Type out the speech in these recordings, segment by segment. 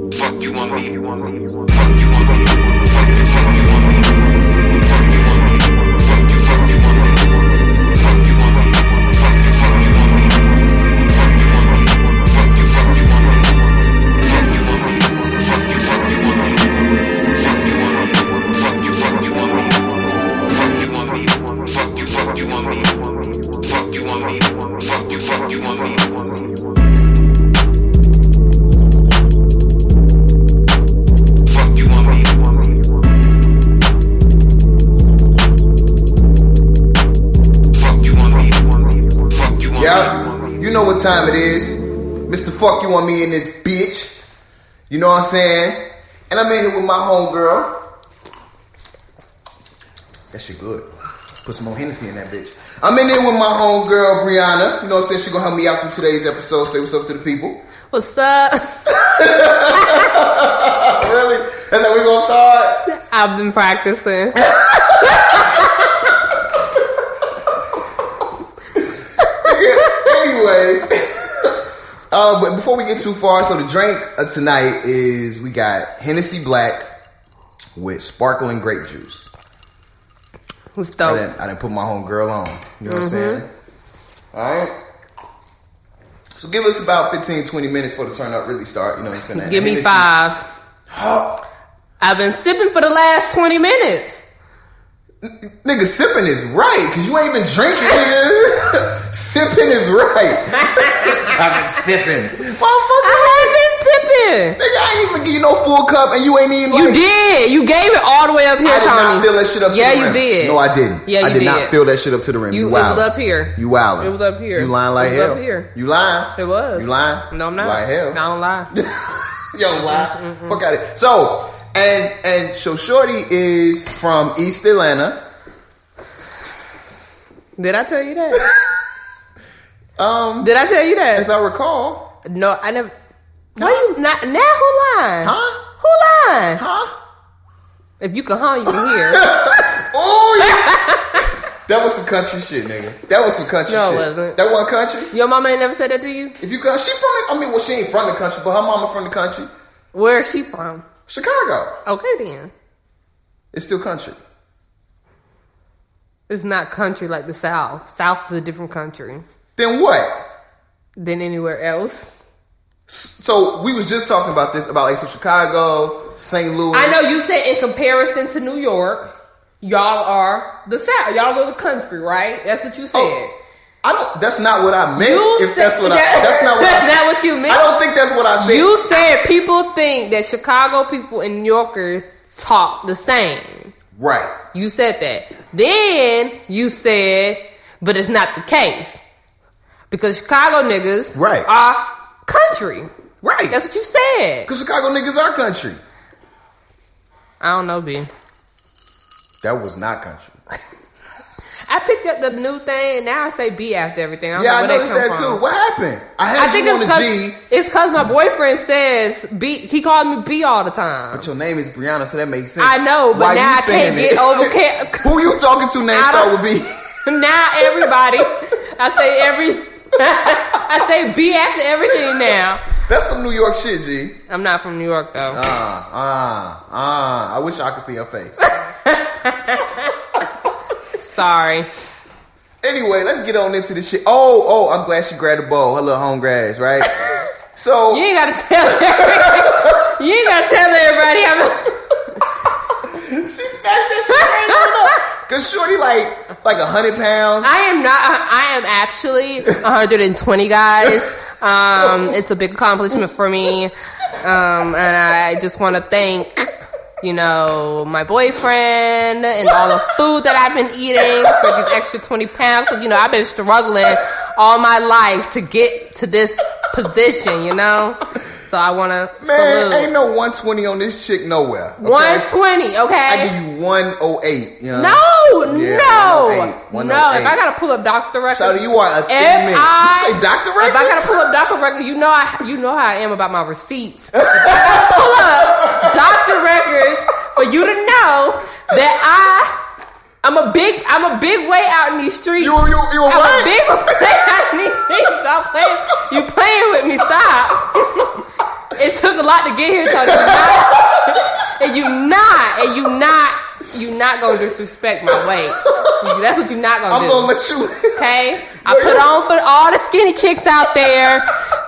on me. Fuck you on me. Fuck you, fuck you on me. Fuck you on me. Fuck you, fuck you on me. Fuck you on me. Fuck you, fuck you on me. Fuck you on me. Fuck you, fuck you on me. Fuck you on me. Fuck you, fuck you on me. Fuck you on me. Fuck you, fuck you on me. Fuck you on me. Fuck you, fuck you on me. Fuck you on me. Fuck you, fuck you on me. Fuck you on me. Fuck you on me. Fuck you on Yeah, me. you know what time it is. Mr. Fuck you on me in this bitch. You know what I'm saying? And I'm in here with my homegirl. That shit good. Put some more Hennessy in that bitch. I'm in here with my homegirl, Brianna. You know what I'm saying? She gonna help me out through today's episode. Say what's up to the people. What's up? really? That's how we gonna start? I've been practicing. anyway, uh, but before we get too far, so the drink of tonight is we got Hennessy Black with sparkling grape juice. It's I, dope. didn't, I didn't put my home girl on. You know Mm-hmm. what I'm saying? All right. So give us about 15, 20 minutes for the turn up really start. You know what I'm saying? That Give me Hennessy- five. I've been sipping for the last 20 minutes. Nigga, sipping is right because you ain't been drinking. nigga. sipping is right. I've been sipping. Motherfucker, I have been sipping. Nigga, I ain't even give you no full cup, and you ain't even. You like- did. You gave it all the way up here, I did Tommy. not fill that shit up. Yeah, to the you rim. did. No, I didn't. Yeah, I you did, not did. fill that shit up to the rim. You, You- it wild. was up here. You wilding. It was up here. You lying like It was hell. up here. You lying. It was. You lying. No, I'm not. You like hell. I don't lie. You don't lie. Fuck out it. So and and so Shorty is from East Atlanta. Did I tell you that? um. Did I tell you As that? I recall, No, I never. Why you not now? Who lying? huh? Who lying? Huh? If you can hum, you can hear. Oh yeah. that was some country shit, nigga. That was some country No, it shit. wasn't. That wasn't country. Your mama ain't never said that to you. If you got she from the, I mean, well, she ain't from the country, but her mama from the country. Where is she from? Chicago. Okay, then. It's still country. It's not country like the South. South is a different country Then what? than anywhere else. So we was just talking about this about like so Chicago, St. Louis. I know you said in comparison to New York, y'all are the South. Y'all are the country, right? That's what you said. Oh, I don't. That's not what I meant. You if that's said- what I, that's not what. That's I, not what you meant. I don't think that's what I said. You said people think that Chicago people and New Yorkers talk the same. right. You said that. Then you said, but it's not the case. Because Chicago niggas Right. are country. Right. That's what you said. Cause Chicago niggas are country. I don't know, B. That was not country. I picked up the new thing and now I say B after everything. I don't yeah, I know where noticed that, that, come too. from. What happened? I had I think you on it's the G, cause, it's 'cause my boyfriend says B. He calls me B all the time. but your name is Brianna, so that makes sense. I know, Why but now you I can't saying get it? over. Can't, Who you talking to? Name I start don't- with B. now everybody, I say every, I say B after everything now. That's some New York shit, G. I'm not from New York though. Ah, ah, ah. I wish I could see her face. Sorry. Anyway, let's get on into this shit. Oh, oh, I'm glad she grabbed the ball. Her little home grass, right? so You ain't gotta tell. every- you ain't gotta tell everybody. I'm, she snatched that shit right Cause Shorty like like a hundred pounds. I am not. uh, I am actually 120 guys. Um, it's a big accomplishment for me, um, and I just want to thank. You know, my boyfriend and all the food that I've been eating for these extra 20 pounds. 'Cause, you know, I've been struggling all my life to get to this position, you know? So I want to Man, salute. ain't no 120 on this chick nowhere. okay? 120, okay? I give you 108. You know? No, Yeah, no, 108, 108. no. If I gotta pull up doctor records, Shawty, you are a thin If man. I- you say Dr. if Records? I gotta pull up doctor records, you know I, you know how I am about my receipts. If I gotta pull up doctor records for you to know that I, I'm a big, I'm a big way out in these streets. you, you, you I'm what? a big way out in these streets. Stop playing, you playing with me? Stop. It took a lot to get here, Tony. You not- And you not, and you not, you not gonna disrespect my weight. That's what you not gonna I'm do. gonna let you. Okay, I put on for all the skinny chicks out there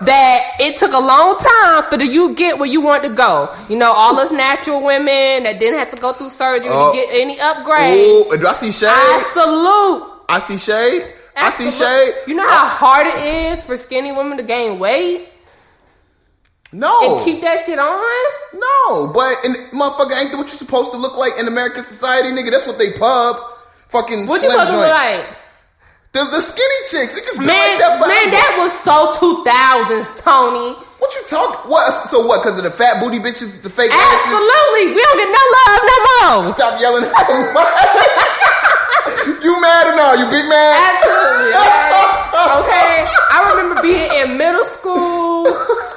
that it took a long time for the you get where you want to go. You know, all us natural women that didn't have to go through surgery Oh. to get any upgrades. Ooh, do I see shade? I salute. I see shade. I see Absolute- shade. You know how hard it is for skinny women to gain weight No, Oh. and keep that shit on. no, but and motherfucker, ain't that what you supposed to look like in American society, nigga? That's what they pub. Fucking What you slim supposed to joint. look like? The, the skinny chicks, it just been Man, like that forever. man, that was so two thousands, Tony. What you talking? What? So what? Because of the fat booty bitches, the fake asses. Absolutely, we don't get no love no more. Stop yelling at somebody. you mad or no? You big mad? Absolutely. Okay. okay. I remember being in middle school.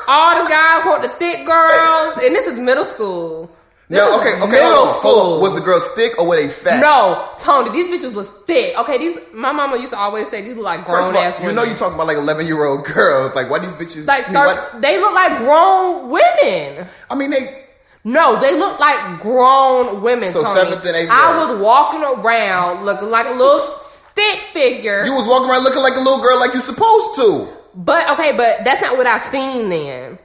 All the guys want the thick girls, and this is middle school. This No. is Okay. Okay. Middle hold on, school. Hold on. Was the girl thick or were they fat? no, Tony, these bitches was thick. Okay, these my mama used to always say these look like First grown of all, ass women. you know you talking about like eleven year old girls. Like why these bitches? like I mean, why- thir- they look like grown women. I mean they. No, they look like grown women. So Tony. seventh and eighth I grade. was walking around looking like a little stick figure. You was walking around looking like a little girl, like you supposed to. But okay, but that's not what I've seen then.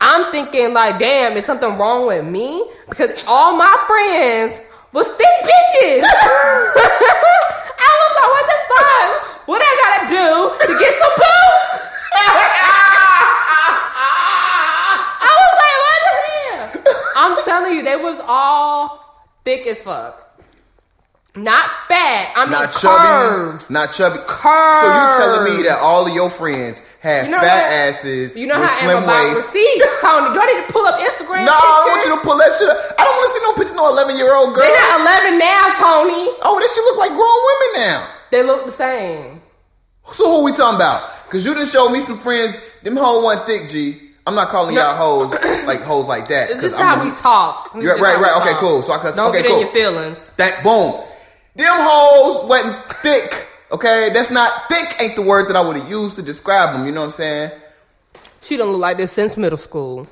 I'm thinking like, damn, is something wrong with me? Because all my friends was thick bitches. I was like, what the fuck? What I gotta do to get some boobs? I was like, what the hell? I'm telling you, they was all thick as fuck. Not fat. I mean Not curves. chubby. Not chubby. Curves. So you telling me that all of your friends had You know fat how- asses You know with how I am slim about waists? receipts, Tony. Do I need to pull up Instagram? No, I don't want you to pull that shit up. I don't want to see no picture of no eleven year old girl. They're not eleven now, Tony. Oh, that shit look like grown women now. They look the same. So who we talking about? Cause you didn't show me some friends. Them whole one thick G. I'm not calling y'all hoes like hoes like that. This 'cause is I'm how gonna- we talk. This You're- is right, how we right, okay, talk. cool. So I can- don't okay, get cool. in your feelings. That boom. Them hoes wasn't thick. Okay, that's not thick. Ain't the word that I would have used to describe them. You know what I'm saying? She don't look like this since middle school.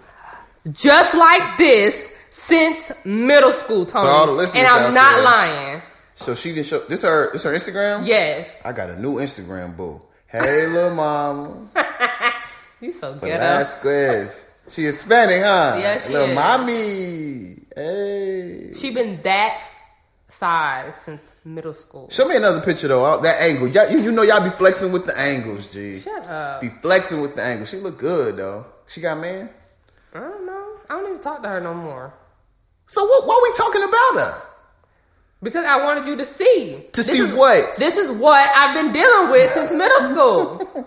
Just like this since middle school, Tony. all the listeners and I'm out not there. lying. So she didn't show. This her. This her Instagram. Yes, I got a new Instagram boo. Hey, little mama. you so good. Velasquez. She Hispanic, huh? Yeah, she Little is. mommy. Hey. She been that size since middle school. Show me another picture though. uh, That angle, y'all, you, you know y'all be flexing with the angles, G. Shut up. Be flexing with the angle. She look good though. She got a man. I don't know. I don't even talk to her no more So what? What we talking about her? because I wanted you to see To This see is- what? This is what I've been dealing with since middle school.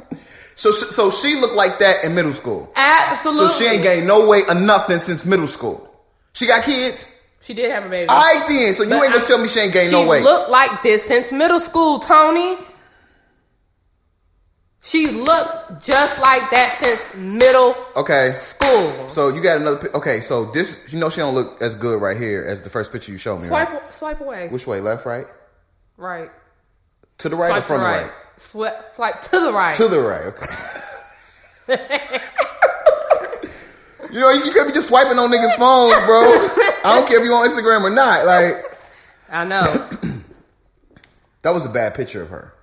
So sh- so she looked like that in middle school. Absolutely. So she ain't gained no weight or nothing since middle school. She got kids. She did have a baby. All right then. So you But ain't gonna I- tell me she ain't gained she no weight. looked like this since middle school, Tony. She looked just like that since middle okay. school. So you got another. pi- Okay. So this, you know, she don't look as good right here as the first picture you showed me. right? swipe, swipe away. Which way? Left, right? Right. To the right Swipe or from to the right? Swipe, swipe to the right. To the right. Okay. you know, you could be just swiping on niggas' phones, bro. I don't care if you on Instagram or not. Like I know. that was a bad picture of her.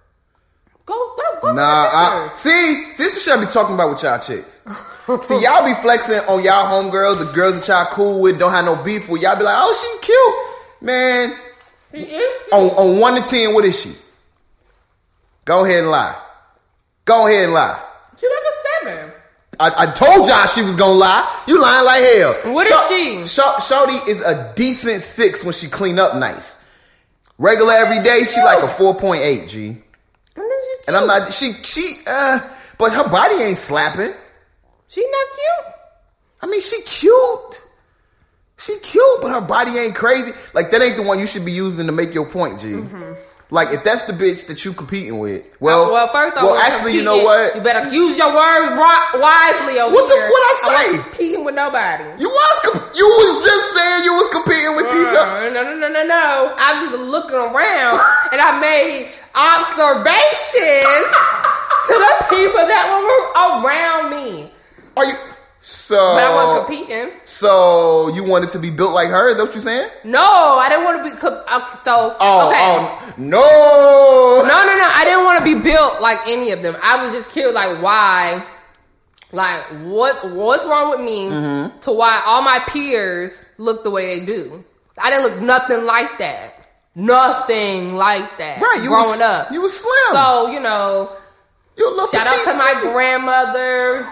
go, go, go. Nah, I, see, see, this is what I be talking about with y'all chicks. Oh. See, y'all be flexing on y'all homegirls, the girls that y'all cool with, don't have no beef with. Y'all be like, oh, she cute, man. I, On on one to ten, what is she? Go ahead and lie. Go ahead and lie. she like a seven. I, I told y'all she was gonna lie. You lying like hell. What is she? Sha- Shawty is a decent six when she clean up nice. Regular every day, she like a four point eight G. And then she cute. And I'm not she she uh, but her body ain't slapping. She not cute. I mean, she cute. She cute, but her body ain't crazy. Like that ain't the one you should be using to make your point, G. Like if that's the bitch that you competing with, well, Mm-hmm. Uh, well, first off, well, we're actually, you know competing. what? You better use your words ri- wisely over What the- here. what I say? I'm not competing with nobody. You was comp- you was just saying you was competing with these. Uh, No, no, no, no, no. I was just looking around and I made observations to the people that were around me. are you? So, But I wasn't competing. so you wanted to be built like her? Is that what you saying? No, I didn't want to be. co- uh, So Oh, okay. oh, no. No, no, no. I didn't want to be built like any of them. I was just curious, like why, like what, what's wrong with me Mm-hmm. to why all my peers look the way they do? I didn't look nothing like that. Nothing like that. Right, you growing was, up. You was slim. so you know, you a little shout out petite. to my grandmothers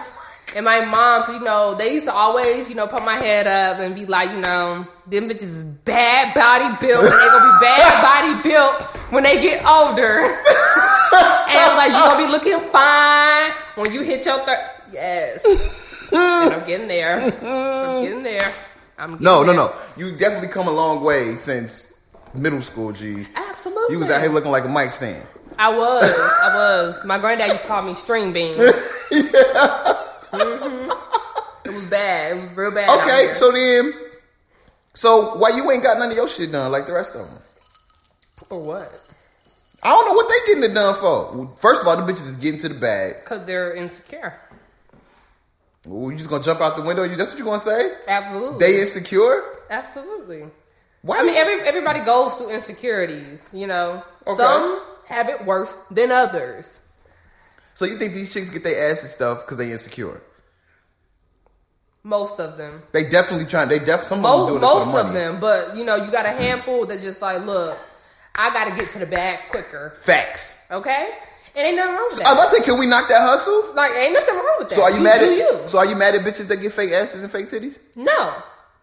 and my mom. 'cause, You know, they used to always, you know, put my head up and be like, you know, them bitches is bad body built. and They gonna be bad body built when they get older. and like you gonna be looking fine when you hit your third. Yes, and I'm getting there. I'm getting there. I'm getting No, no, there. no. You definitely come a long way since middle school, G. Absolutely. You was out here looking like a mic stand. I was. I was. My granddad used to call me string bean. hmm Mm-hmm. It was bad. It was real bad. out Okay, here. so then, so why you ain't got none of your shit done like the rest of them? for what? I don't know what they getting it done for. Well, First of all, the bitches is getting to the bag. Because they're insecure. Ooh, you just gonna jump out the window? You that's what you gonna say? Absolutely. They insecure? Absolutely. Why? I mean, do- every everybody goes through insecurities. You know, Okay. some have it worse than others. so you think these chicks get their asses stuff because they insecure? Most of them. They definitely trying. They def some Most, of them doing it most for the money. of them. But you know, you got a handful that just like, look, I got to get to the bag quicker. Facts. Um, Okay. And ain't nothing wrong with that. I was about to say, can we knock that hustle? Like, ain't nothing wrong with that. So are you, mad do at? you? So are you mad at bitches that get fake asses and fake titties? no,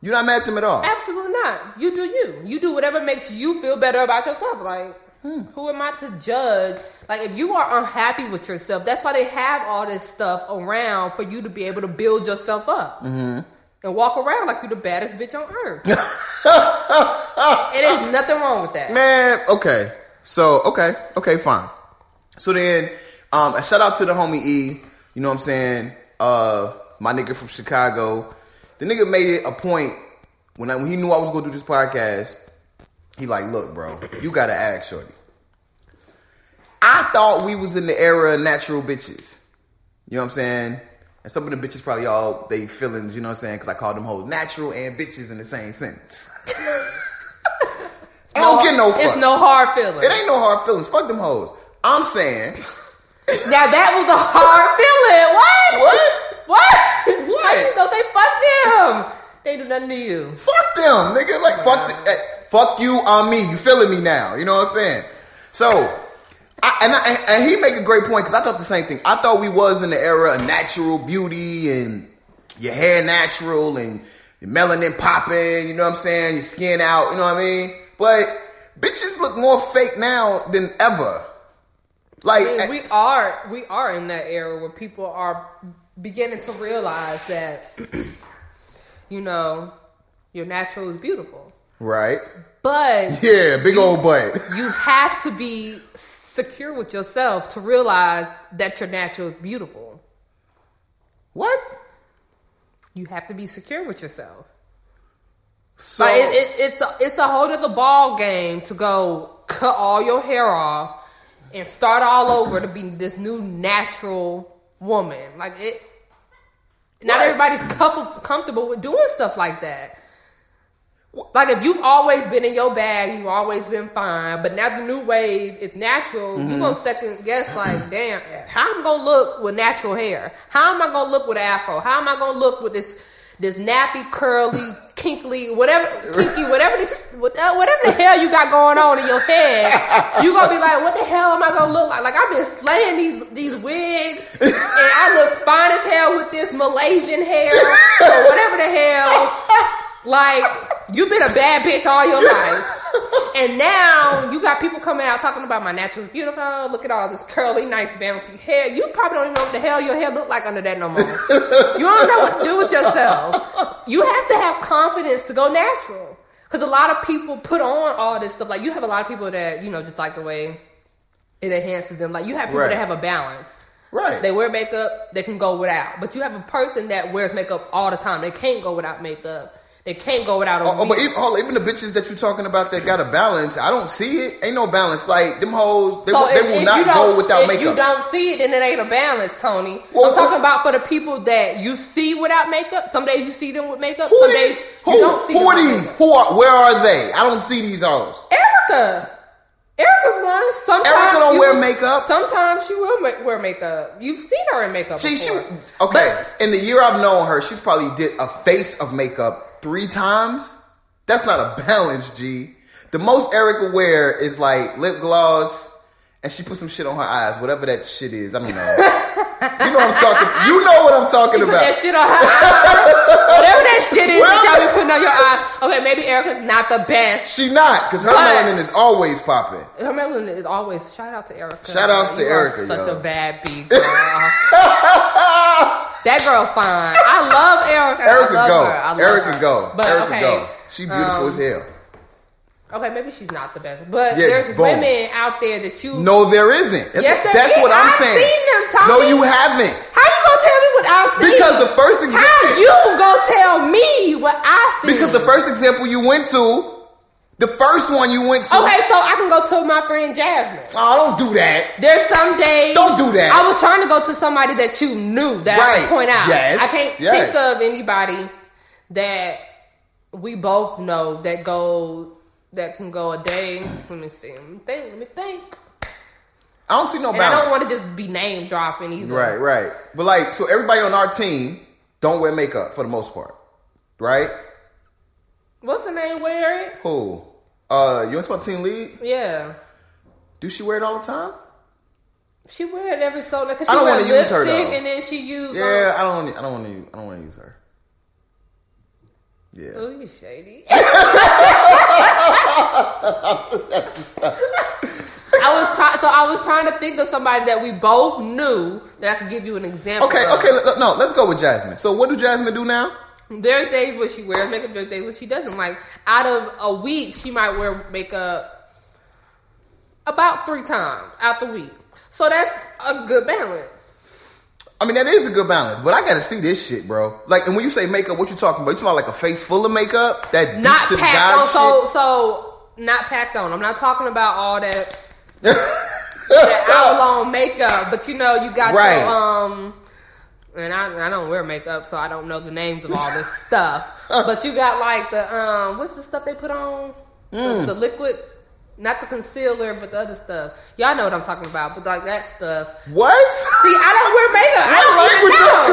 You're not mad at them at all. absolutely not. You do you. You do whatever makes you feel better about yourself. Like, Hmm. who am I to judge? Like, if you are unhappy with yourself, that's why they have all this stuff around for you to be able to build yourself up. Mm-hmm. And walk around like you're the baddest bitch on earth. it is nothing wrong with that. Man, Eh, okay. So, okay, okay, fine. So then, um, a shout out to the homie E. You know what I'm saying? Uh, my nigga from Chicago. The nigga made it a point when I, when he knew I was gonna do this podcast. He like, look, bro, you gotta ask Shorty. I thought we was in the era of natural bitches. You know what I'm saying? And some of the bitches probably all they feelings. You know what I'm saying? Because I call them hoes natural and bitches in the same sentence. I don't get no. Fuck. Oh, It's no hard feeling. It ain't no hard feelings. Fuck them hoes. I'm saying. Now that was a hard What? feeling. What? What? What? Why you gonna say fuck them? They do nothing to you. Fuck them, nigga. Like fuck, the, eh, fuck you on me. You feeling me now? You know what I'm saying? So, I, and, I, and and he make a great point because I thought the same thing. I thought we was in the era of natural beauty and your hair natural and your melanin popping. You know what I'm saying? Your skin out. You know what I mean? But bitches look more fake now than ever. Like I mean, eh, we are we are in that era where people are beginning to realize that you know your natural is beautiful, right? but Yeah, big old butt. you have to be secure with yourself to realize that your natural is beautiful. What? You have to be secure with yourself. So Like it, it, it's a, it's a whole other ball game to go cut all your hair off and start all over to be this new natural woman. Like it, not Right. everybody's comf- comfortable with doing stuff like that. Like if you've always been in your bag, you've always been fine. But now the new wave is natural. You gonna second guess like, damn, how am I gonna look with natural hair? How am I gonna look with afro? How am I gonna look with this this nappy, curly, kinkly, whatever, kinky, whatever this, whatever whatever the hell you got going on in your head? You gonna be like, what the hell am I gonna look like? Like I've been slaying these these wigs, and I look fine as hell with this Malaysian hair or whatever the hell. Like you've been a bad bitch all your life, and now you got people coming out talking about my natural is beautiful. Look at all this curly, nice, bouncy hair. You probably don't even know what the hell your hair look like under that no more. you don't know what to do with yourself. You have to have confidence to go natural, because a lot of people put on all this stuff. Like you have a lot of people that you know just like the way it enhances them. Like you have people Right. that have a balance. right. They wear makeup, they can go without. But you have a person that wears makeup all the time. They can't go without makeup. They can't go without a Oh, but reason. even, hold on, even the bitches that you talking about that got a balance, I don't see it. Ain't no balance. Like them hoes, they, So will- they if- will if not you don't- go without if you makeup. don't see it, then it ain't a balance, Tony. Well, I'm talking who- about for the people that you see without makeup. Some days you see them with makeup. who some are these? days Who, you don't see who them are with these? Who are? Where are they? I don't see these hoes. Erica. Erica's one. Sometimes Erica don't you- wear makeup. Sometimes she will ma- wear makeup. You've seen her in makeup. She, she before. okay. In the year I've known her, she's probably did a face of makeup three times. That's not a balance, G. The most Erica wear is like lip gloss, and she put some shit on her eyes, whatever that shit is. I don't know. you know what I'm talking. You know what I'm talking Put about. that shit on her eye. Whatever that shit is that y'all be putting on your eye. Okay, maybe Erica's not the best. She not, cause her But- melanin is always popping. Her Marilyn is always shout out to Erica. Shout outs to You are Erica, Such yo. a bad B girl. that girl fine. I love Erica. I Erica love go, her. I love Erica her. go, But, Erica okay, go. She beautiful um, as hell. Okay, maybe she's not the best, but Yeah, there's boom. women out there that you No, there isn't. That's, Yes, there that's is. what I'm I've saying. seen them, Tommy. No, you haven't. How you gonna tell me what I've seen? Because the first example, how you gonna tell me what I see? because the first example you went to, the first one you went to. okay, so I can go to my friend Jasmine. Oh, don't do that. There's some days. Don't do that. I was trying to go to somebody that you knew that I Right. could point out. Yes. I can't Yes. think of anybody that we both know that go that can go a day. Let me see. Let me think. Let me think. I don't see no And balance. I don't want to just be name dropping either. Right, right. But like, so everybody on our team don't wear makeup for the most part, right? What's the name? Wear it. Who? Uh, you went to my team lead. Yeah. Do she wear it all the time? She wear it every so because I she don't wear wanna use her, lipstick though. and then she use Yeah, I don't. wanna- I don't want to. I don't want to use her. Um, Yeah. Ooh, you shady. I was trying, so I was trying to think of somebody that we both knew that I could give you an example. Okay. of. Okay. let- No, let's go with Jasmine. So, what do Jasmine do now? There are days where she wears makeup. There are days where she doesn't. Like out of a week, she might wear makeup about three times out the week. So that's a good balance. I mean, that is a good balance, but I gotta see this shit, bro. Like, and when you say makeup, what you talking about? You talking about like a face full of makeup? That deep Not to the packed God on. shit? So so not packed on. I'm not talking about all that that hour long makeup, but you know, you got Right. your um and I, I don't wear makeup, so I don't know the names of all this stuff. But you got like the um what's the stuff they put on? The- The, liquid not the concealer, but the other stuff. Y'all know what I'm talking about, but like that stuff. what? See, I don't wear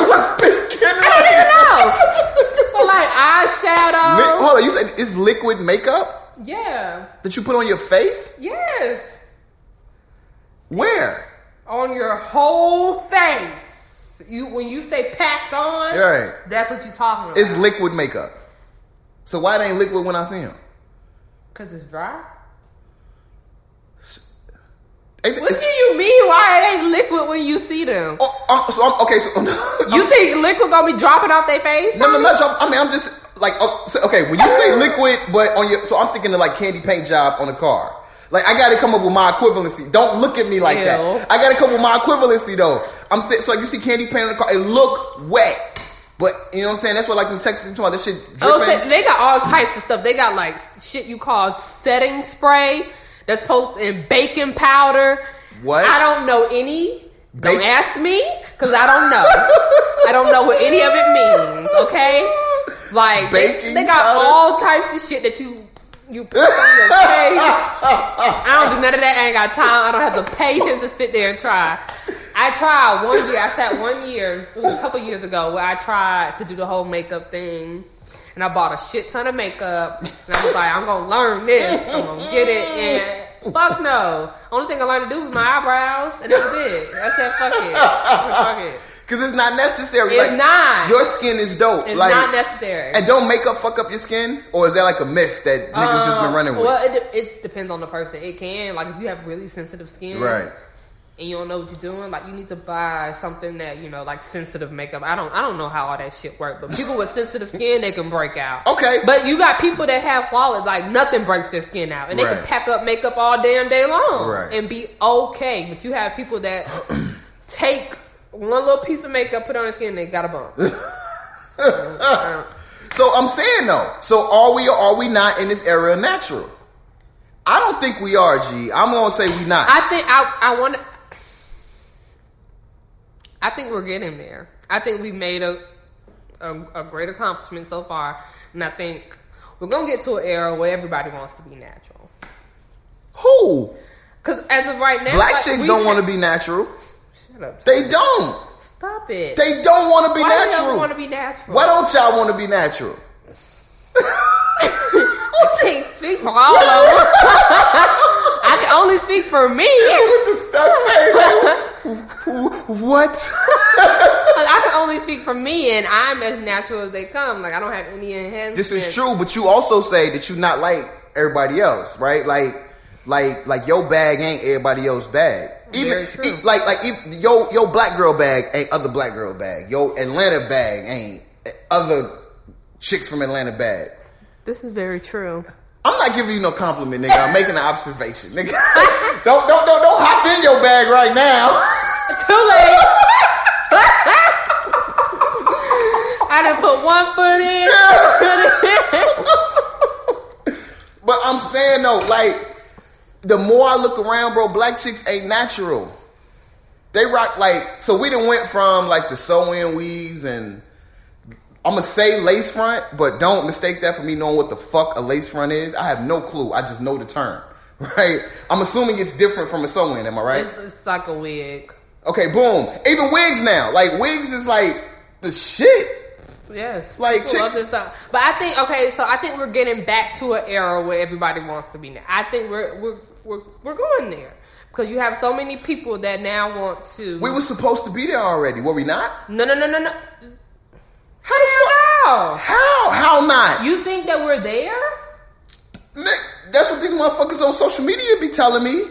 makeup. I don't even know. even I don't even know. so like eyeshadow. Hold on, you said it's liquid makeup Yeah. that you put on your face? Yes. Where? on your whole face. You when you say packed on, Right. that's what you're talking about. It's liquid makeup. So why it ain't liquid when I see him? Cause it's dry. Ain't- What it's- do you mean? Why it ain't liquid when you see them? oh, oh, so I'm okay. So You think liquid gonna be dropping off their face? No, no, no. Job. I mean, I'm just like oh, so, okay. When you say liquid, but on your so I'm thinking of like candy paint job on a car. Like I got to come up with my equivalency. Don't look at me like Ew. that. I got to come up with my equivalency though. I'm saying so like you see candy paint on the car, it look wet, but you know what I'm saying. That's what like in Texas, you talking about this shit dripping. Oh, so they got all types of stuff. They got like shit you call setting spray that's posted in baking powder. What? I don't know any. Bake- don't ask me because I don't know. I don't know what any of it means. Okay, like they- Baking they, got powder? all types of shit that you you put on your face. I don't do none of that. I ain't got time. I don't have the patience to sit there and try. I tried one year. I sat one year. It was a couple years ago where I tried to do the whole makeup thing. And I bought a shit ton of makeup, and I was like, "I'm gonna learn this. I'm gonna get it." And fuck no. Only thing I learned to do was my eyebrows, and that was it. I said, "Fuck it, fuck it." Because it's not necessary. It's like, not. Your skin is dope. It's like, not necessary. And don't makeup fuck up your skin, or is that like a myth that niggas just been Um, running with? Well, it, de- it depends on the person. It can like if you have really sensitive skin, Right. And you don't know what you're doing. Like you need to buy something that you know, like sensitive makeup. I don't, I don't know how all that shit works, but people with sensitive skin they can break out. Okay. but you got people that have wallets like nothing breaks their skin out, and they Right. can pack up makeup all damn day long Right. and be okay. But you have people that take one little piece of makeup, put it on their skin, and they got a bump. So I'm saying though. So are we or are we not in this era of natural? I don't think we are, G. I'm gonna say we not. I think I I want. I think we're getting there. I think we've made a, a a great accomplishment so far, and I think we're gonna get to an era where everybody wants to be natural. Who? Because as of right now, Black like, chicks we don't ha- want to be natural. Shut up. They don't. Stop it. They don't want to be Why do natural. y'all want to be natural? Why don't y'all want to be natural? I can't speak for all of them. I can only speak for me. With the stuck face. What? Like, I can only speak for me, and I'm as natural as they come. Like I don't have any enhancements. This is true, but you also say that you not like everybody else, right? Like, like, like your bag ain't everybody else's bag. Even Very true. e- like, like e- your your black girl bag ain't other black girl bag. Your Atlanta bag ain't other chicks from Atlanta bag. This is very true. I'm not giving you no compliment, nigga. I'm making an observation, nigga. don't don't don't don't hop in your bag right now. Too late. I done put one foot in. But I'm saying though, like, the more I look around, bro, black chicks ain't natural. They rock like so. We done went from like the sew-in weaves and I'm gonna say lace front, but don't mistake that for me knowing what the fuck a lace front is. I have no clue. I just know the term, right? I'm assuming it's different from a sew-in. Am I right? It's, it's like a wig. Okay, boom. Even wigs now. Like wigs is like the shit. Yes, Like, people love chicks- this stuff. But I think okay, so I think we're getting back to an era where everybody wants to be now. I think we're we're we're, we're going there because you have so many people that now want to. We were supposed to be there already, were we not? no no no no no. How the Wow, fuck? How? How not? you think that we're there? Ni- That's what these motherfuckers on social media be telling me.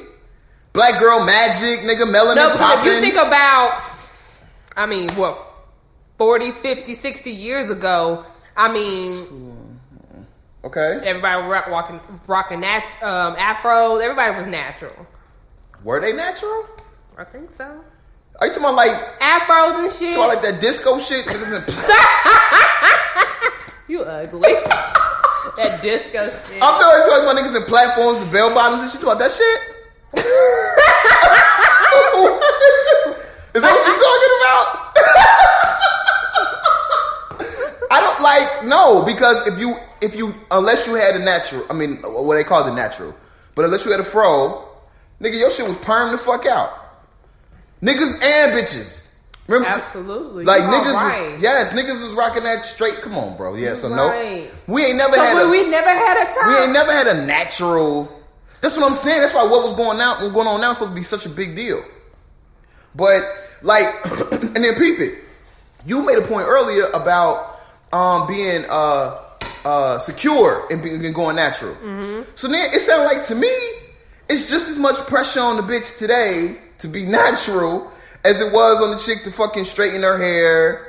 Black girl magic, nigga, melanin No, because if popping. you think about, I mean, what, 40, 50, 60 years ago, I mean, okay, everybody was rock- walking, rocking nat- um, afros. Everybody was natural. were they natural? I think so. Are you talking about like, talking Afros and shit. about like that disco shit? Niggas in- You ugly. that disco shit. I'm talking talking about niggas in platforms and bell bottoms and shit. You talking about that shit? Is that what you talking about? I don't like no because if you if you unless you had a natural, I mean what they call the natural, but unless you had a fro, nigga, your shit was perm the fuck out. Niggas and bitches. Remember, Absolutely. Like You are niggas, right. was, yes, niggas was rocking that straight. Come on, bro. Yeah, so right. nope. We ain't never had. So a, we, we never had a time. we ain't never had a natural. That's what I'm saying. That's why what was going out going on now is supposed to be such a big deal. But like, and then peep it. You made a point earlier about um, being uh, uh, secure and, being, and going natural. Mm-hmm. So then it sounded like to me, it's just as much pressure on the bitch today to be natural as it was on the chick to fucking straighten her hair.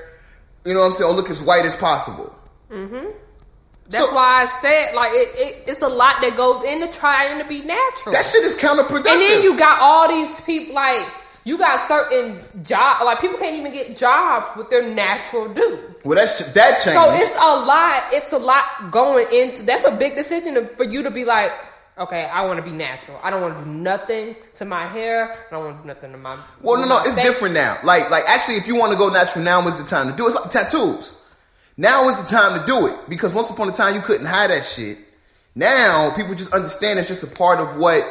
You know what I'm saying? Or look as white as possible. That's so- why I said, like, it, it, it's a lot that goes into trying to be natural. That shit is counterproductive. And then you got all these people like you got certain job like people can't even get jobs with their natural due. Well, that's that changed. So it's a lot. It's a lot going into. That's a big decision to- for you to be like, okay, I want to be natural. I don't want to do nothing to my hair. I don't want to do nothing to my. well, no, no, my it's face. different now. Like, like actually, if you want to go natural, now is the time to do it. It's like tattoos. Now is the time to do it because once upon a time you couldn't hide that shit. Now people just understand it's just a part of what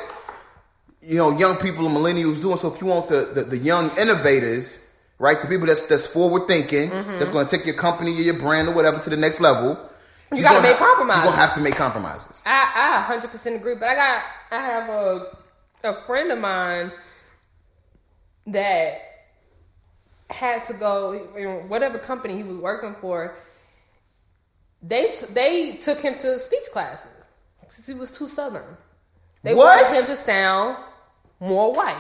you know young people and millennials doing. So if you want the the, the young innovators, right, the people that's that's forward thinking, Mm-hmm. that's going to take your company or your brand or whatever to the next level, you gotta gonna make ha- compromises. You're gonna have to make compromises. I I hundred percent agree, but I got I have a a friend of mine that had to go you know, whatever company he was working for. They t- they took him to speech classes since he was too southern. They What? wanted him to sound more white.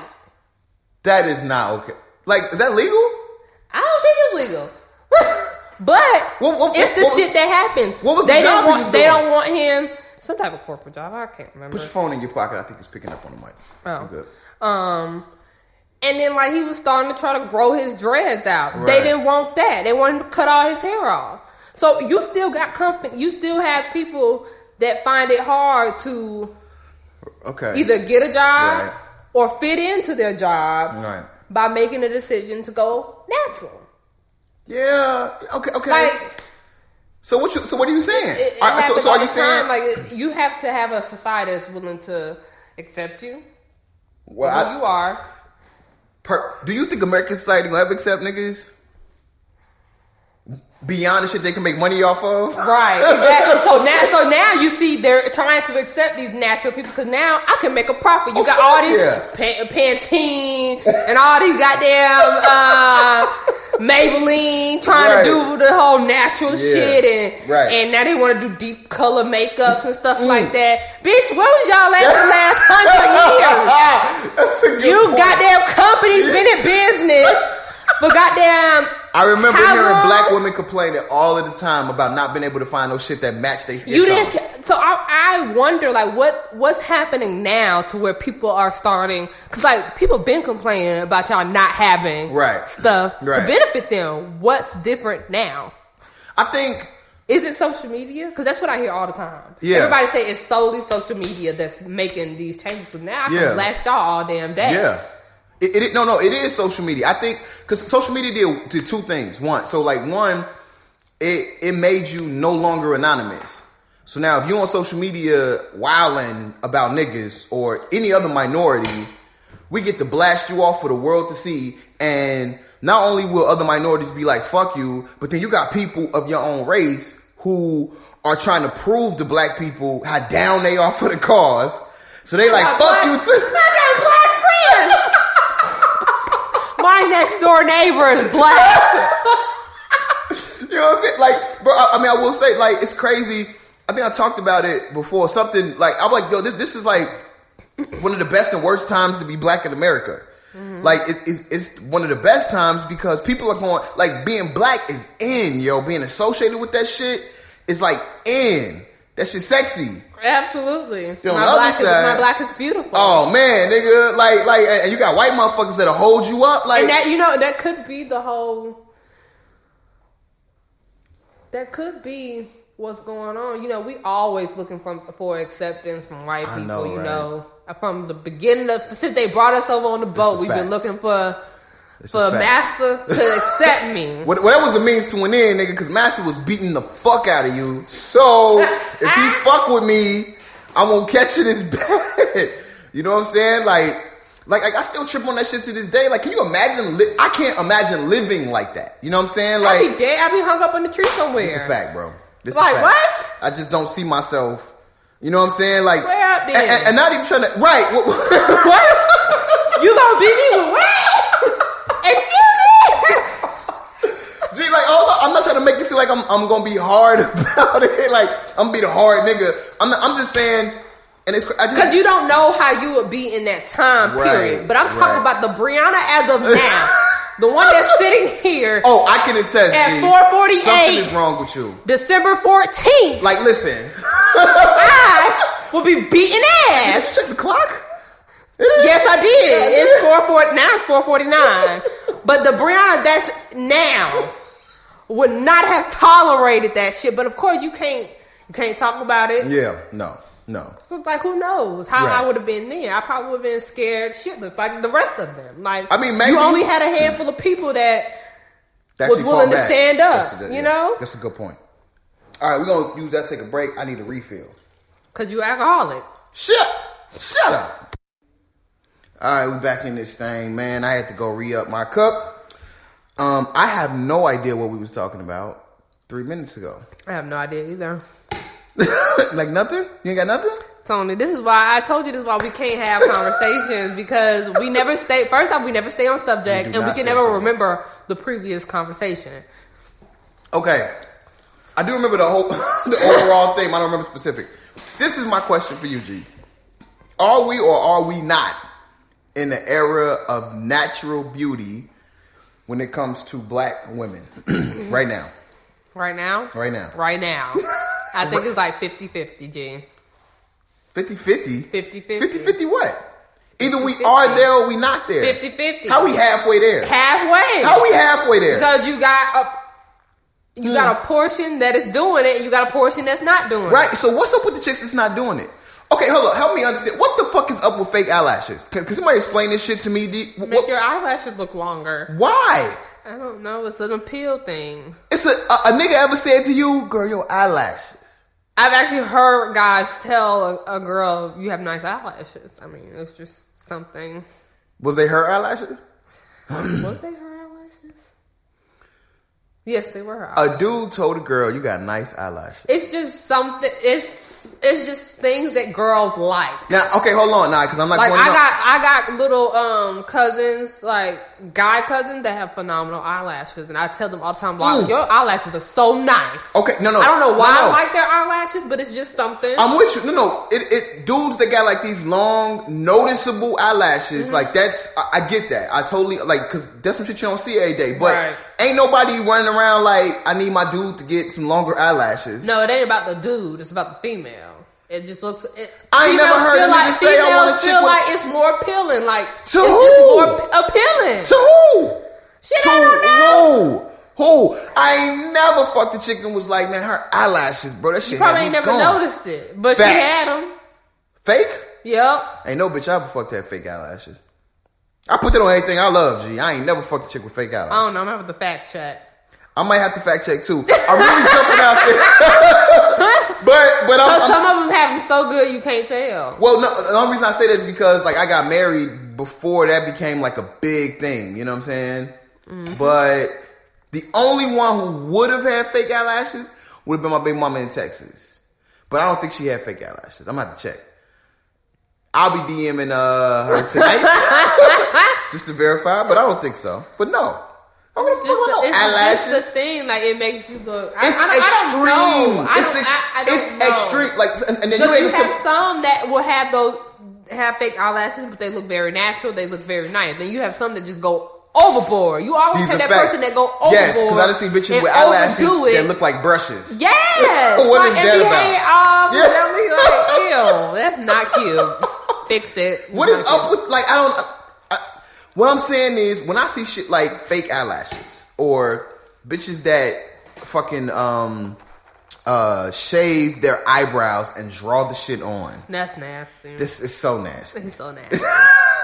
That is not okay. Like, is that legal? I don't think it's legal, but What- what- it's the what- shit that happened. what was the they job didn't he want, was They doing? don't want him some type of corporate job. I can't remember. Put your phone in your pocket. I think it's picking up on the mic. Oh. You good. Um, and then like he was starting to try to grow his dreads out. They Right. didn't want that. They wanted to cut all his hair off. So you still got company. You still have people that find it hard to Okay. either get a job Right. or fit into their job Right. by making a decision to go natural. Yeah. Okay. Okay. Like. so what you? So what are you saying? It, it All right, so, happens so all are you the saying? time. Like it- you have to have a society that's willing to accept you, well, I- who you are. per, do you think American society gonna ever accept niggas beyond the shit they can make money off of? Right. Exactly. so now, so now you see they're trying to accept these natural people because now I can make a profit. You Oh, got fuck all these yeah. pa- Pantene and all these goddamn uh, Maybelline trying Right. to do the whole natural Yeah. shit and Right. Mm. and now they want to do deep color makeups and stuff like that. Bitch, where was y'all at the last hundred years? That's a good You point. goddamn companies been in business for goddamn. I remember How hearing long? black women complaining all of the time about not being able to find no shit that matched they skin You tone. didn't. ca- So I, I wonder, like, what what's happening now to where people are starting? Because like people been complaining about y'all not having Right. stuff Right. to benefit them. What's different now? I think Is it social media? Because that's what I hear all the time. Yeah. Everybody say it's solely social media that's making these changes. But now I can Yeah. blast y'all all damn day. Yeah. It, it, no, no, it is social media. I think because social media did, did two things. One, so like one, it it made you no longer anonymous. So now, if you on social media wilding about niggas or any other minority, we get to blast you off for the world to see. And not only will other minorities be like "fuck you," but then you got people of your own race who are trying to prove to black people how down they are for the cause. So they like Got "fuck you black- too." I got black friends. My next door neighbor is black. You know what I'm saying? Like, bro, I, I mean, I will say, like, it's crazy. I think I talked about it before. Something like I'm like, yo, this, this is like one of the best and worst times to be black in America. Like, it, it's, it's one of the best times because people are going like being black is in, yo. Being associated with that shit is like in. That shit sexy. Absolutely. on my, the other black is, side- my black is beautiful. Oh man, nigga, like, like, and you got white motherfuckers that'll hold you up, like, and that you know that could be the whole. That could be what's going on. You know, we always looking from for acceptance from white I people. know, you right? know, from the beginning of since they brought us over on the boat, a we've fact. been looking for It's for a a fact. master to accept me. Well, well, that was a means to an end, nigga, because Master was beating the fuck out of you. So if he fuck with me, I won't catch it as bad. you know what I'm saying? Like, like, like I still trip on that shit to this day. Like, can you imagine? Li- I can't imagine living like that. You know what I'm saying? Like, I be dead. I be hung up in the tree somewhere. it's a fact, bro. This Like, a fact. what? I just don't see myself. You know what I'm saying? Like, Where up and, and, then? and not even trying to right. What? You gonna beat me with what? Excuse me. Gee, like, oh, I'm not trying to make this seem like I'm, I'm gonna be hard about it. Like, I'm gonna be the hard nigga. I'm, not, I'm just saying, and it's, cr- I just, Because you don't know how you would be in that time Right, period. But I'm talking right. about the Brianna as of now, the one that's sitting here, oh, I can attest. At G. 4:48. something is wrong with you. December 14th. Like, listen, I will be beating ass. check the clock. Yes, I did. It's four forty now. It's four forty nine. But the Brianna that's now would not have tolerated that shit. But of course, you can't. You can't talk about it. Yeah, no, no. So it's like, who knows how Right. I would have been there? I probably would have been scared shitless, like the rest of them. Like, I mean, maybe- you only had a handful of people that That Was she willing fought to back. stand up, That's a- you know? that's a good point. All right, we're gonna use that. to Take a break. I need a refill. Cause you alcoholic. Shut Shut up. All right, we back in this thing, man. I had to go re up my cup. Um, I have no idea what we was talking about three minutes ago. I have no idea either. like nothing? You ain't got nothing? Tony, this is why I told you this is why we can't have conversations because we never stay first off we never stay on subject We do and we not can stay never on subject. remember the previous conversation. Okay. I do remember the whole the overall thing, but I don't remember specific. This is my question for you, G. Are we or are we not in the era of natural beauty when it comes to black women right now? Right now? Right now. Right now. I think it's like 50-50, G. 50 50? 50-50. 50 50 what? Either we are there or we not there. 50-50. How we halfway there? halfway. How we halfway there? because you got up You got a portion that is doing it, and you got a portion that's not doing it. Hmm. Right. So what's up with the chicks that's not doing it? Okay, hold up. Help me understand. What the fuck is up with fake eyelashes? Can, can somebody explain this shit to me? D- wh- Make wh- your eyelashes look longer. why? I don't know. It's an appeal thing. It's a, a a nigga ever said to you, girl, your eyelashes. I've actually heard guys tell a, a girl, "You have nice eyelashes." I mean, it's just something. Was they her eyelashes? Was they her eyelashes? Yes, they were her. eyelashes. A dude told a girl, you got nice eyelashes. it's just something. It's it's just things that girls like. Now, okay, hold on, now, because I'm not Like going. I up. got I got little um cousins like guy cousins that have phenomenal eyelashes, and I tell them all the time, like, Mm. "Your eyelashes are so nice." Okay, Oh, no, no. I don't know why no, no. I like their eyelashes, but it's just something. I'm with you. No, no. It, it dudes that got like these long, noticeable eyelashes. Mm-hmm. Like that's, I, I get that. I totally like because that's some shit you don't see every day. But Right. ain't nobody running around like I need my dude to get some longer eyelashes. No, it ain't about the dude. It's about the female. It just looks. It, I ain't never females heard feel a nigga say, "I females want a chick feel with-" like it's more appealing. Like To it's who? just more appealing. To who? Shit, to I don't who? Who? I ain't never fucked a chick and was like, man, her eyelashes, bro. That shit you had probably ain't me never gone. noticed it, but she Facts. had them. Fake? Yep. Ain't no bitch I ever fucked that fake eyelashes. I put that on anything I love, G. I ain't never fucked a chick with fake eyelashes. I don't know. I'm having to fact check. I might have to fact check too. I'm really jumping out there, but but But I'm, I'm some of them have them so good you can't tell. well. No, the only reason I say that is because like I got married before that became like a big thing. You know what I'm saying? Mm-hmm. But the only one who would have had fake eyelashes would have been my big mama in Texas. But I don't think she had fake eyelashes. I'm gonna have to check. I'll be DMing uh, her tonight just to verify, but I don't think so. But no, I'm gonna Just the, no it's eyelashes. just the thing. Like it makes you look. I, It's I, don't- extreme. I don't know. I it's don't, ex- I, I don't it's know. extreme. Like, and, and then Look, you you ain't have to. some that will have those have fake eyelashes, but they look very natural. They look very nice. Then you have some that just go overboard. You always These have are that facts. person that go overboard. Yes, because I done seen bitches and with eyelashes overdo it. that look like brushes. Yes, What is like, that and about? behave all Yeah. down there, like, ew, that's not cute. Fix it. What is Not up with like? I don't. I, I, what I'm saying is, when I see shit like fake eyelashes or bitches that fucking um uh shave their eyebrows and draw the shit on. cute. That's nasty. This is so nasty. He's so nasty.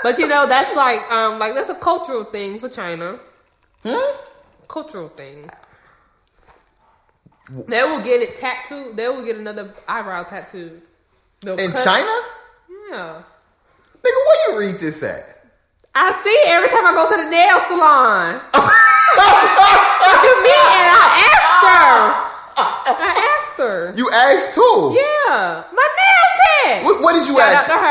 but you know, that's like um like that's a cultural thing for China. Hmm? Cultural thing. They will get it tattooed. They will get another eyebrow tattooed. They'll In cut- China, Yeah. nigga, where you read this at? I see it every time I go to the nail salon. what you mean? And I asked her. I asked her. You asked who? Yeah. My nail tech. What, what did you Shout ask? out to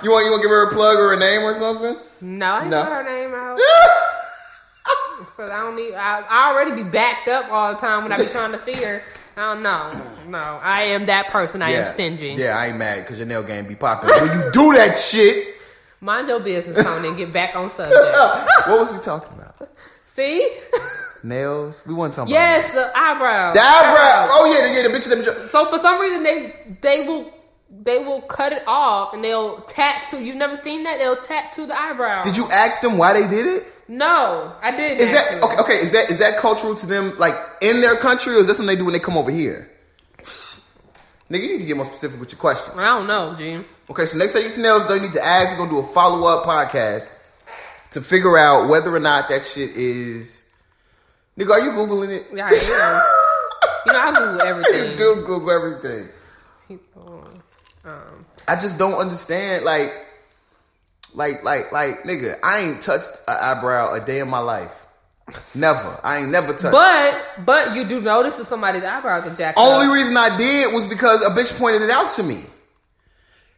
her. you want you want to give her a plug or a name or something? No, I ain't No. put her name out. Cause I don't need. I, I already be backed up all the time when I be trying to see her. I don't know. No, I am that person. I am stingy. Yeah, I ain't mad because your nail game be popping. when you do that shit, Mind your business, Tony, and get back on subject. what was we talking about? see? Nails? We weren't talking yes, the about eyebrows. the eyebrow. Oh yeah, the, yeah, the bitches. That be dra- so for some reason they they will they will cut it off and they'll tattoo. You've never seen that? They'll tattoo the eyebrow. Did you ask them why they did it? No, I didn't. Is that actually. okay? Okay, is that is that cultural to them, like in their country, or is that something they do when they come over here? Nigga, you need to get more specific with your question. I don't know, G. Okay, so next time you get nails done, you need to ask. We're gonna do a follow up podcast to figure out whether or not that shit is. Nigga, are you googling it? Yeah, I am. you know I Google everything. You do Google everything. People, um, I just don't understand. Like, like, like, like, nigga, I ain't touched an eyebrow a day in my life. Never. I ain't never touched. But but you do notice if somebody's eyebrows are jacked Only up. reason I did was because a bitch pointed it out to me.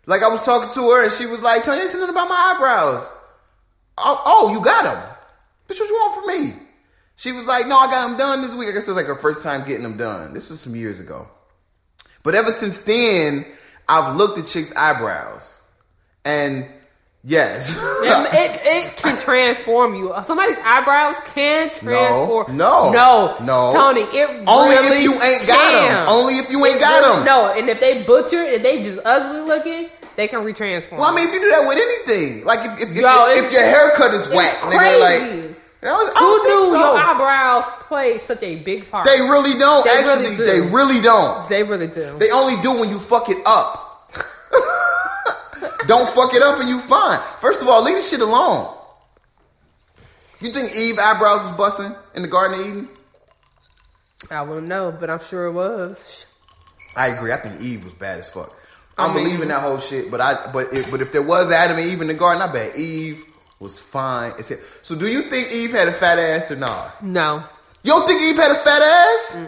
Like I was talking to her and she was like, "Tony, ain't said nothing about my eyebrows." Oh, oh, you got them, bitch. What you want from me? She was like, "No, I got them done this week." I guess it was like her first time getting them done. This was some years ago, but ever since then, I've looked at chicks' eyebrows, and yes, It, it, it can transform you. Somebody's eyebrows can transform. no, no, no. Tony. It only really if you ain't got can. them. Only if you ain't got them. No, and if they butcher, if they just ugly looking, they can retransform. Well, I mean, if you do that with anything, like if if, if, Yo, if it's- your haircut is It's whack, nigga, crazy. like And I was, I Who don't think do so. your eyebrows play such a big part? They really don't. They really actually, do. they really don't. They really do. They only do when you fuck it up. Don't fuck it up and you fine. First of all, leave this shit alone. You think Eve eyebrows is busting in the Garden of Eden? I wouldn't know, but I'm sure it was. I agree. I think Eve was bad as fuck. I, I mean- believe in that whole shit, but I but it, but if there was Adam and Eve in the garden, I bet Eve was fine. It's it. So do you think Eve had a fat ass or not? No. You don't think Eve had a fat ass?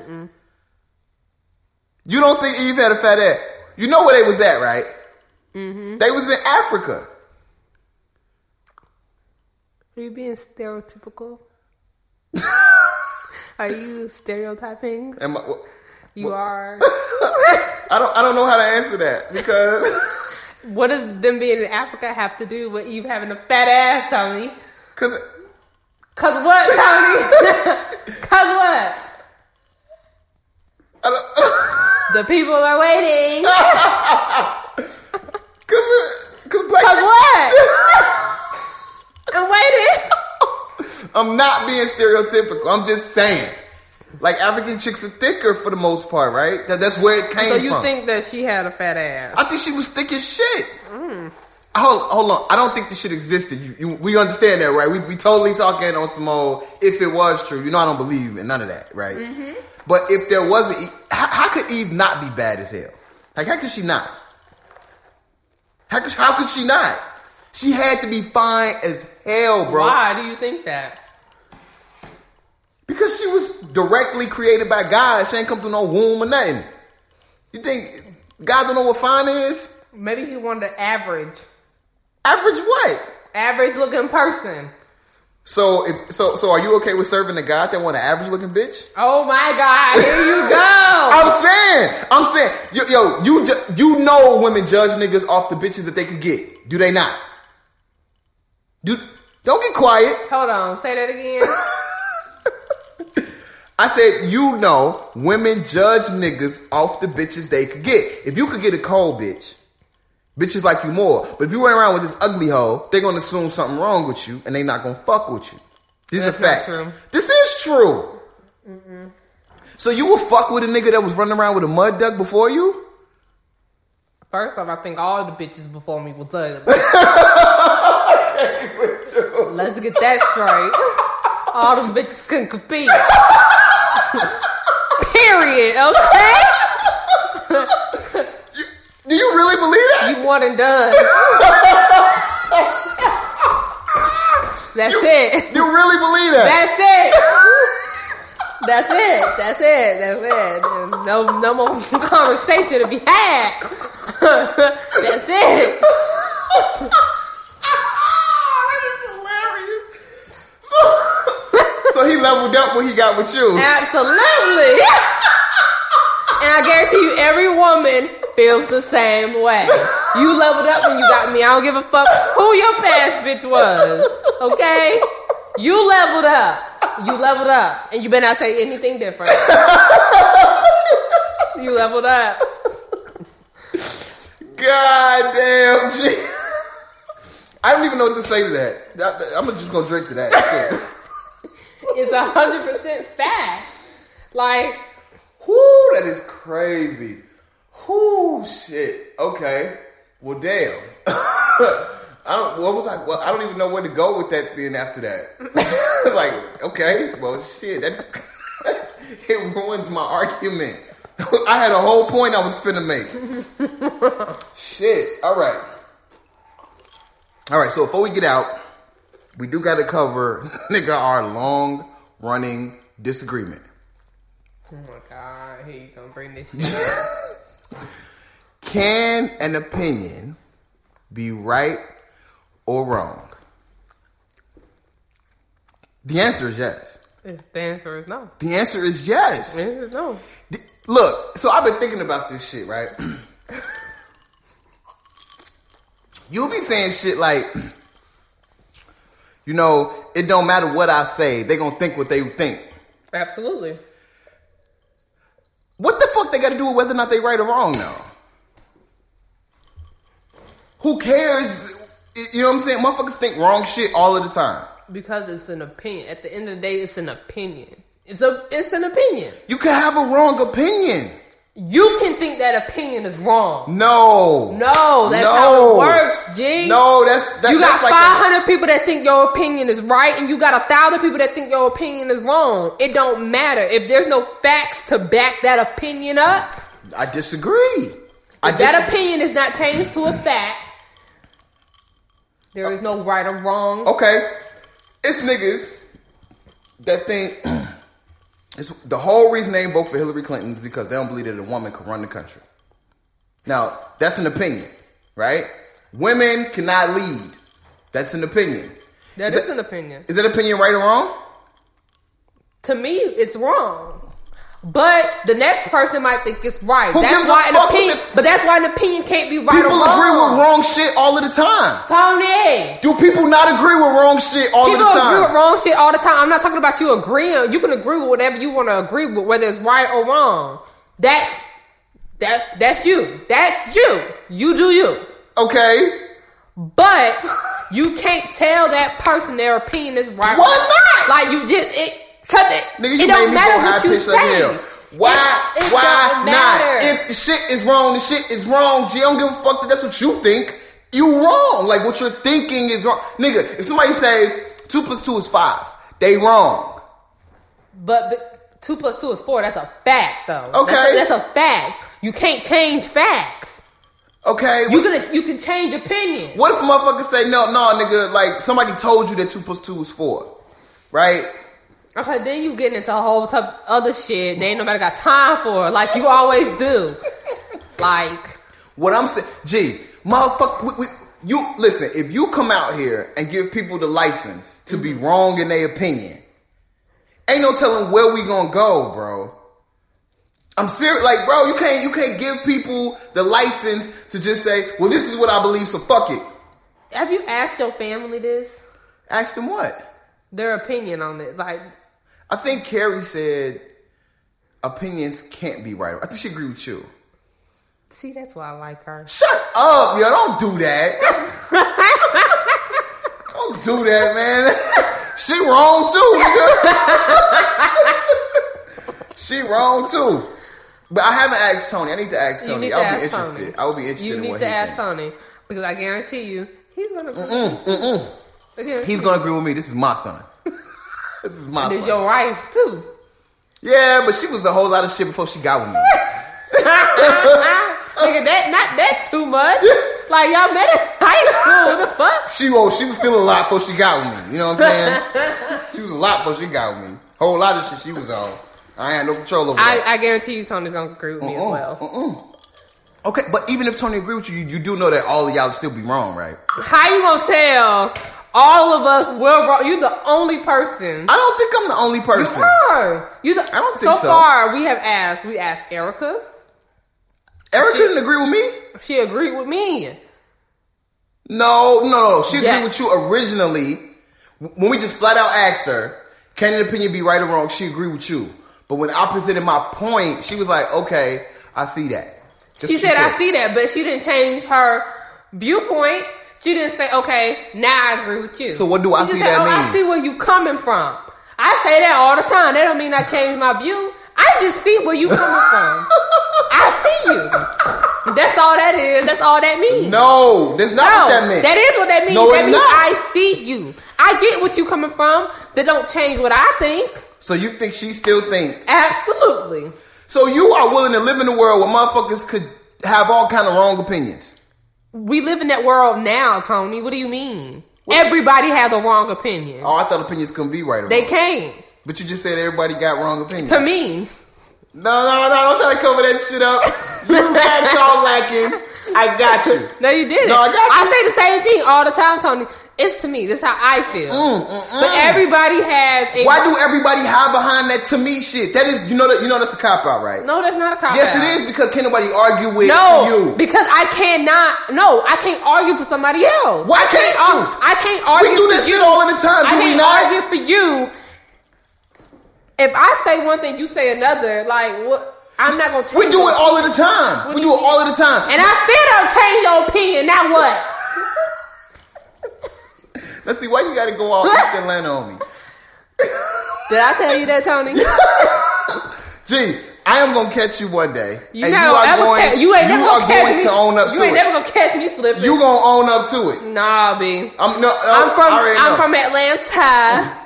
You don't think Eve had a fat ass? You know where they was at, right? Mm-hmm. They was in Africa. Are you being stereotypical? Are you stereotyping? And my, well, You are. I don't I don't know how to answer that because What does them being in Africa have to do with you having a fat ass, Tony? because Cause what, Tony? Cause what? I don't, The people are waiting. because because black Cause chicks- what? I'm waiting. I'm not being stereotypical. I'm just saying. Like African chicks are thicker for the most part, right? That, that's where it came So you from. think that she had a fat ass? I think she was thick as shit. Hold, hold on. I don't think this shit existed. You, you, we understand that, right? We, we totally talking on some old, if it was true. You know, I don't believe in none of that, right? But if there wasn't, E- how, how could Eve not be bad as hell? Like, how could she not? How could, how could she not? She had to be fine as hell, bro. Why do you think that? Because she was directly created by God. She ain't come through no womb or nothing. You think God don't know what fine is? Maybe he wanted an average, Average what? average looking person. So, if, so, so are you okay with serving a God that want an average looking bitch? Oh my God! Here you I'm saying, go. I'm saying, yo, yo you ju- you know women judge niggas off the bitches that they could get. Do they not? Do don't get quiet. Hold on. Say that again. I said, you know, women judge niggas off the bitches they could get. If you could get a cold bitch, bitches like you more. But if you run around with this ugly hoe, they're gonna assume something wrong with you, and they not gonna fuck with you. These That's are not facts. true. This is true. So you would fuck with a nigga that was running around with a mud duck before you? First off, I think all the bitches before me was ugly. Let's get that straight. All them bitches couldn't compete. Period. Okay. Do you really believe that? You one and done. That's it. You really believe that? That's it. That's it. That's it. That's it. There's No, no more conversation to be had. That's it. that is hilarious. So, so he leveled up when he got with you. Absolutely. And I guarantee you, every woman feels the same way. You leveled up when you got me. I don't give a fuck who your past bitch was. Okay? You leveled up. You leveled up. And you better not say anything different. You leveled up. God damn, G. I don't even know what to say to that. That- I'm just gonna drink to that. That's it. It's a hundred percent fact. Like, Whoo, that is crazy. Whoo, shit. Okay. Well, damn. I don't. What was I? Well, I don't even know where to go with that. Then after that, like, okay, well, shit. That it ruins my argument. I had a whole point I was finna make. shit. All right. All right. So before we get out, we do got to cover, nigga, our long running disagreement. oh my god, here you gonna bring this shit. up. Can an opinion be right or wrong? The answer is yes. It's- The answer is no. The answer is yes. The answer is no. D- Look, so I've been thinking about this shit, right? You'll be saying shit like, you know, it don't matter what I say, they gonna think what they think. Absolutely. What the fuck they gotta do with whether or not they right or wrong now? Who cares? You know what I'm saying? Motherfuckers think wrong shit all of the time. because it's an opinion. At the end of the day, it's an opinion. It's a it's an opinion. You could have a wrong opinion. You can think that opinion is wrong. No. No, that's how it works, G. No, that's that, you got that's like 500 people that think your opinion is right, and you got a thousand people that think your opinion is wrong. It don't matter if there's no facts to back that opinion up. a- I disagree. I If that disagree. opinion is not changed to a fact. There is no right or wrong. Okay, it's niggas that think it's the whole reason they vote for Hillary Clinton is because they don't believe that a woman can run the country. Now that's an opinion, right? Women cannot lead. That's an opinion. That Is is it- an opinion. Is that opinion right or wrong? To me, it's wrong. But the next person might think it's right. Who that's gives a why an fuck what opinion. the- but that's why an opinion can't be right People or wrong. agree with wrong shit all of the time. Tony. Do people not agree with wrong shit all People of the agree with time? wrong shit all the time. I'm not talking about you agreeing. You can agree with whatever you want to agree with, whether it's right or wrong. That's that that's you. That's you. You do you. okay, But you can't tell that person their opinion is right. Why not? Like you just it cause it, Nigga, it you made don't me go matter high what you pitch like hell. say. Why? It- it why don't matter. not? If the shit is wrong, the shit is wrong. G, I don't give a fuck that that's what you think. You wrong. Like what you're thinking is wrong, nigga. If somebody say two plus two is five, they wrong. But, but two plus two is four. That's a fact, though. Okay. that's a, that's a fact. You can't change facts. Okay. You can you can change opinion. what if a motherfucker say no, no, nigga? Like somebody told you that two plus two is four, right? Okay, then you getting into a whole type of other shit. They ain't nobody got time for. Like you always do. Like What I'm saying, gee, motherfucker, we, we, you listen. If you come out here and give people the license to be wrong in their opinion, ain't no telling where we gonna go, bro. I'm serious, like, bro, you can't you can't give people the license to just say, well, this is what I believe, so fuck it. have you asked your family this? Ask them what. Their opinion on it. Like I think Carrie said opinions can't be right. I think she agreed with you. see, that's why I like her. Shut up, yo! Don't do that. don't do that, man. she wrong too, nigga. she wrong too. But I haven't asked Tony. I need to ask You Tony. need to I'll be ask interested. Tony. I will be interested You in need what to he ask thinks. Tony because I guarantee you he's gonna. agree with you. Okay. He's gonna agree with me. This is my son. this is my It's son. your wife too. yeah, but she was a whole lot of shit before she got with me. Nigga, that not that too much. Like y'all met in high school. What the fuck? She was she was still a lot before she got with me. You know what I'm saying? she was a lot before she got with me. Whole lot of shit she was on. I had no control over. that. I, I guarantee you, Tony's gonna agree with me as well. Mm-mm. Okay, but even if Tony agree with you, you, you do know that all of y'all still be wrong, right? How you gonna tell all of us we're wrong? You're the only person. I don't think I'm the only person. Sure. You the, I don't so, think so. far we have asked. We asked Erica. Eric couldn't agree with me. She agreed with me. No, no, no. She agreed Yeah. with you originally when we just flat out asked her, can an opinion be right or wrong? She agreed with you, but when I presented my point, she was like, "Okay, I see that." That's she what said, I see that, but she didn't change her viewpoint. She didn't say, okay, now I agree with you. So what do She I just see said, that "Oh, I mean?" see where you coming from. I say that all the time. That don't mean I change my view. I just see where you coming from. I see you. That's all that is. That's all that means. No, that's not No, what that meant. that is what that means. No, that it's means not. I see you. I get what you coming from. That don't change what I think. so you think she still think Absolutely. So you are willing to live in a world where motherfuckers could have all kind of wrong opinions. We live in that world now, Tony. What do you mean? Everybody has a wrong opinion. Oh, I thought opinions couldn't be right or They wrong. can't. But you just said everybody got wrong opinions. To me, No, no, no, don't try to cover that shit up. You got call lacking. I got you. no, you didn't. No, I got you. say the same thing all the time, Tony. It's to me. This how I feel. But everybody has. A Mm, Why do everybody hide behind that to me shit? That is you know that you know that's a cop out, right? No, that's not a cop. Yes out. it is because can't nobody argue with No, you. because I cannot. No, I can't argue for somebody else. Why I can't you? ar- I can't argue. we do for this you. shit all the time, do I we can't not? argue for you. If I say one thing, you say another. Like what? I'm not gonna. Change We do your- it all of the time. What we do do you it all of the time. and I still don't change your opinion. Now what? Let's see why you gotta go all East Atlanta on me. Did I tell you that, Tony? Gee, I am gonna catch you one day. You, not gonna ever catch. you ain't never are gonna catch going me. to own up you to ain't it. never gonna catch me slipping. you gonna own up to it. nah, B. I'm no. no, I'm from I already I'm know. from Atlanta.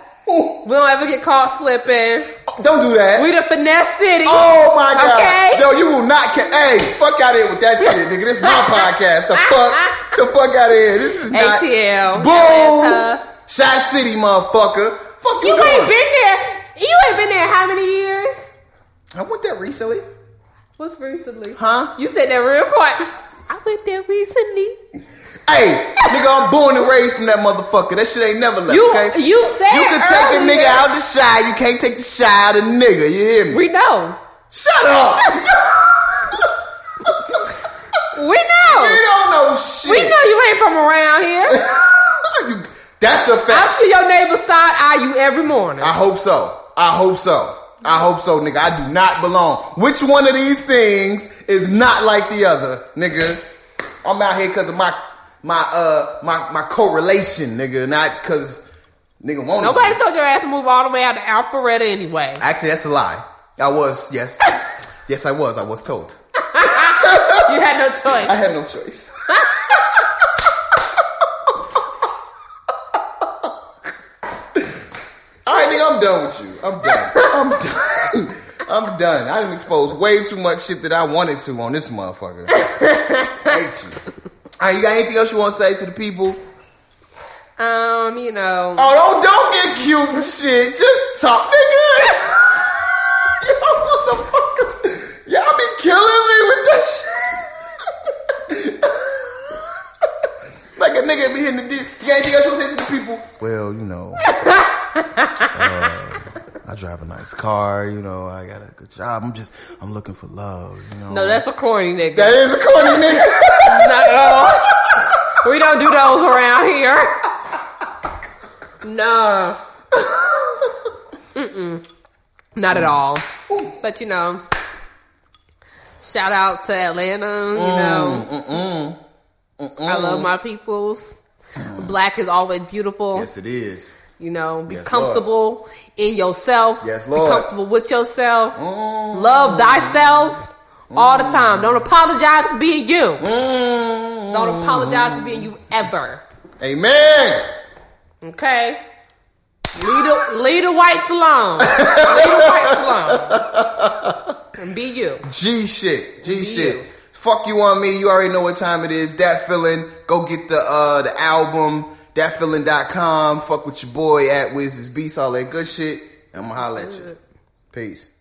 we don't ever get caught slipping. Don't do that. We the finesse city. Oh my god. Okay. Yo, you will not ca- hey, fuck out of here with that shit, nigga. This my podcast. The fuck the fuck out of here. This is not ATL. Boom! Atlanta. Shot City motherfucker. Fuck you. You doing? ain't been there. You ain't been there how many years? I went there recently. What's recently? Huh? You said that real quick. I went there recently. Hey, nigga, I'm born and raised from that motherfucker. That shit ain't never left, You okay? you said You can take the nigga earlier- out the shy. You can't take the shy out the nigga. You hear me? We know. Shut up. We know. you don't know shit. We know you ain't from around here. You- that's a fact. I'm sure your neighbors side eye you every morning. I hope so. I hope so. I hope so, nigga. I do not belong. Which one of these things is not like the other, nigga? I'm out here because of my my uh my my correlation, nigga, not because nigga want Nobody told your ass to move all the way out to Alpharetta anyway. Actually, that's a lie. I was yes, yes, I was. I was told. You had no choice. I had no choice. All right, nigga, I'm done with you. I'm done. I'm done. I'm done. I didn't expose way too much shit that I wanted to on this motherfucker. hate you. All right, you got anything else you want to say to the people? Um, you know, Oh, don't don't get cute and shit. Just talk, nigga. Y'all motherfuckers, y'all be killing me with this shit. like a nigga be hitting the dick. You got anything else you want to say to the people? Well, you know, uh, I drive a nice car. You know, I got a good job. I'm just, I'm looking for love. You know, no, that's a corny nigga. that is a corny nigga. Not at all. We don't do those around here. No. Mm-mm. Not at all. But you know, shout out to Atlanta. You Mm, know, I love my peoples. Black is always beautiful. Mm. yes, it is. You know, be Yes, comfortable in yourself. Yes, Be Lord. Mm. comfortable with yourself. Love thyself all the time. Don't apologize for being you. Mm. Don't apologize for being you ever. Amen. Okay? Leave the, leave the whites alone. leave the whites alone. And be you. G shit. G you. shit. Fuck you on me. You already know what time it is. That feeling. Go get the uh the album, thatfeeling.com. Fuck with your boy at Wiz's Beats, all that good shit. I'ma holler at you. Peace.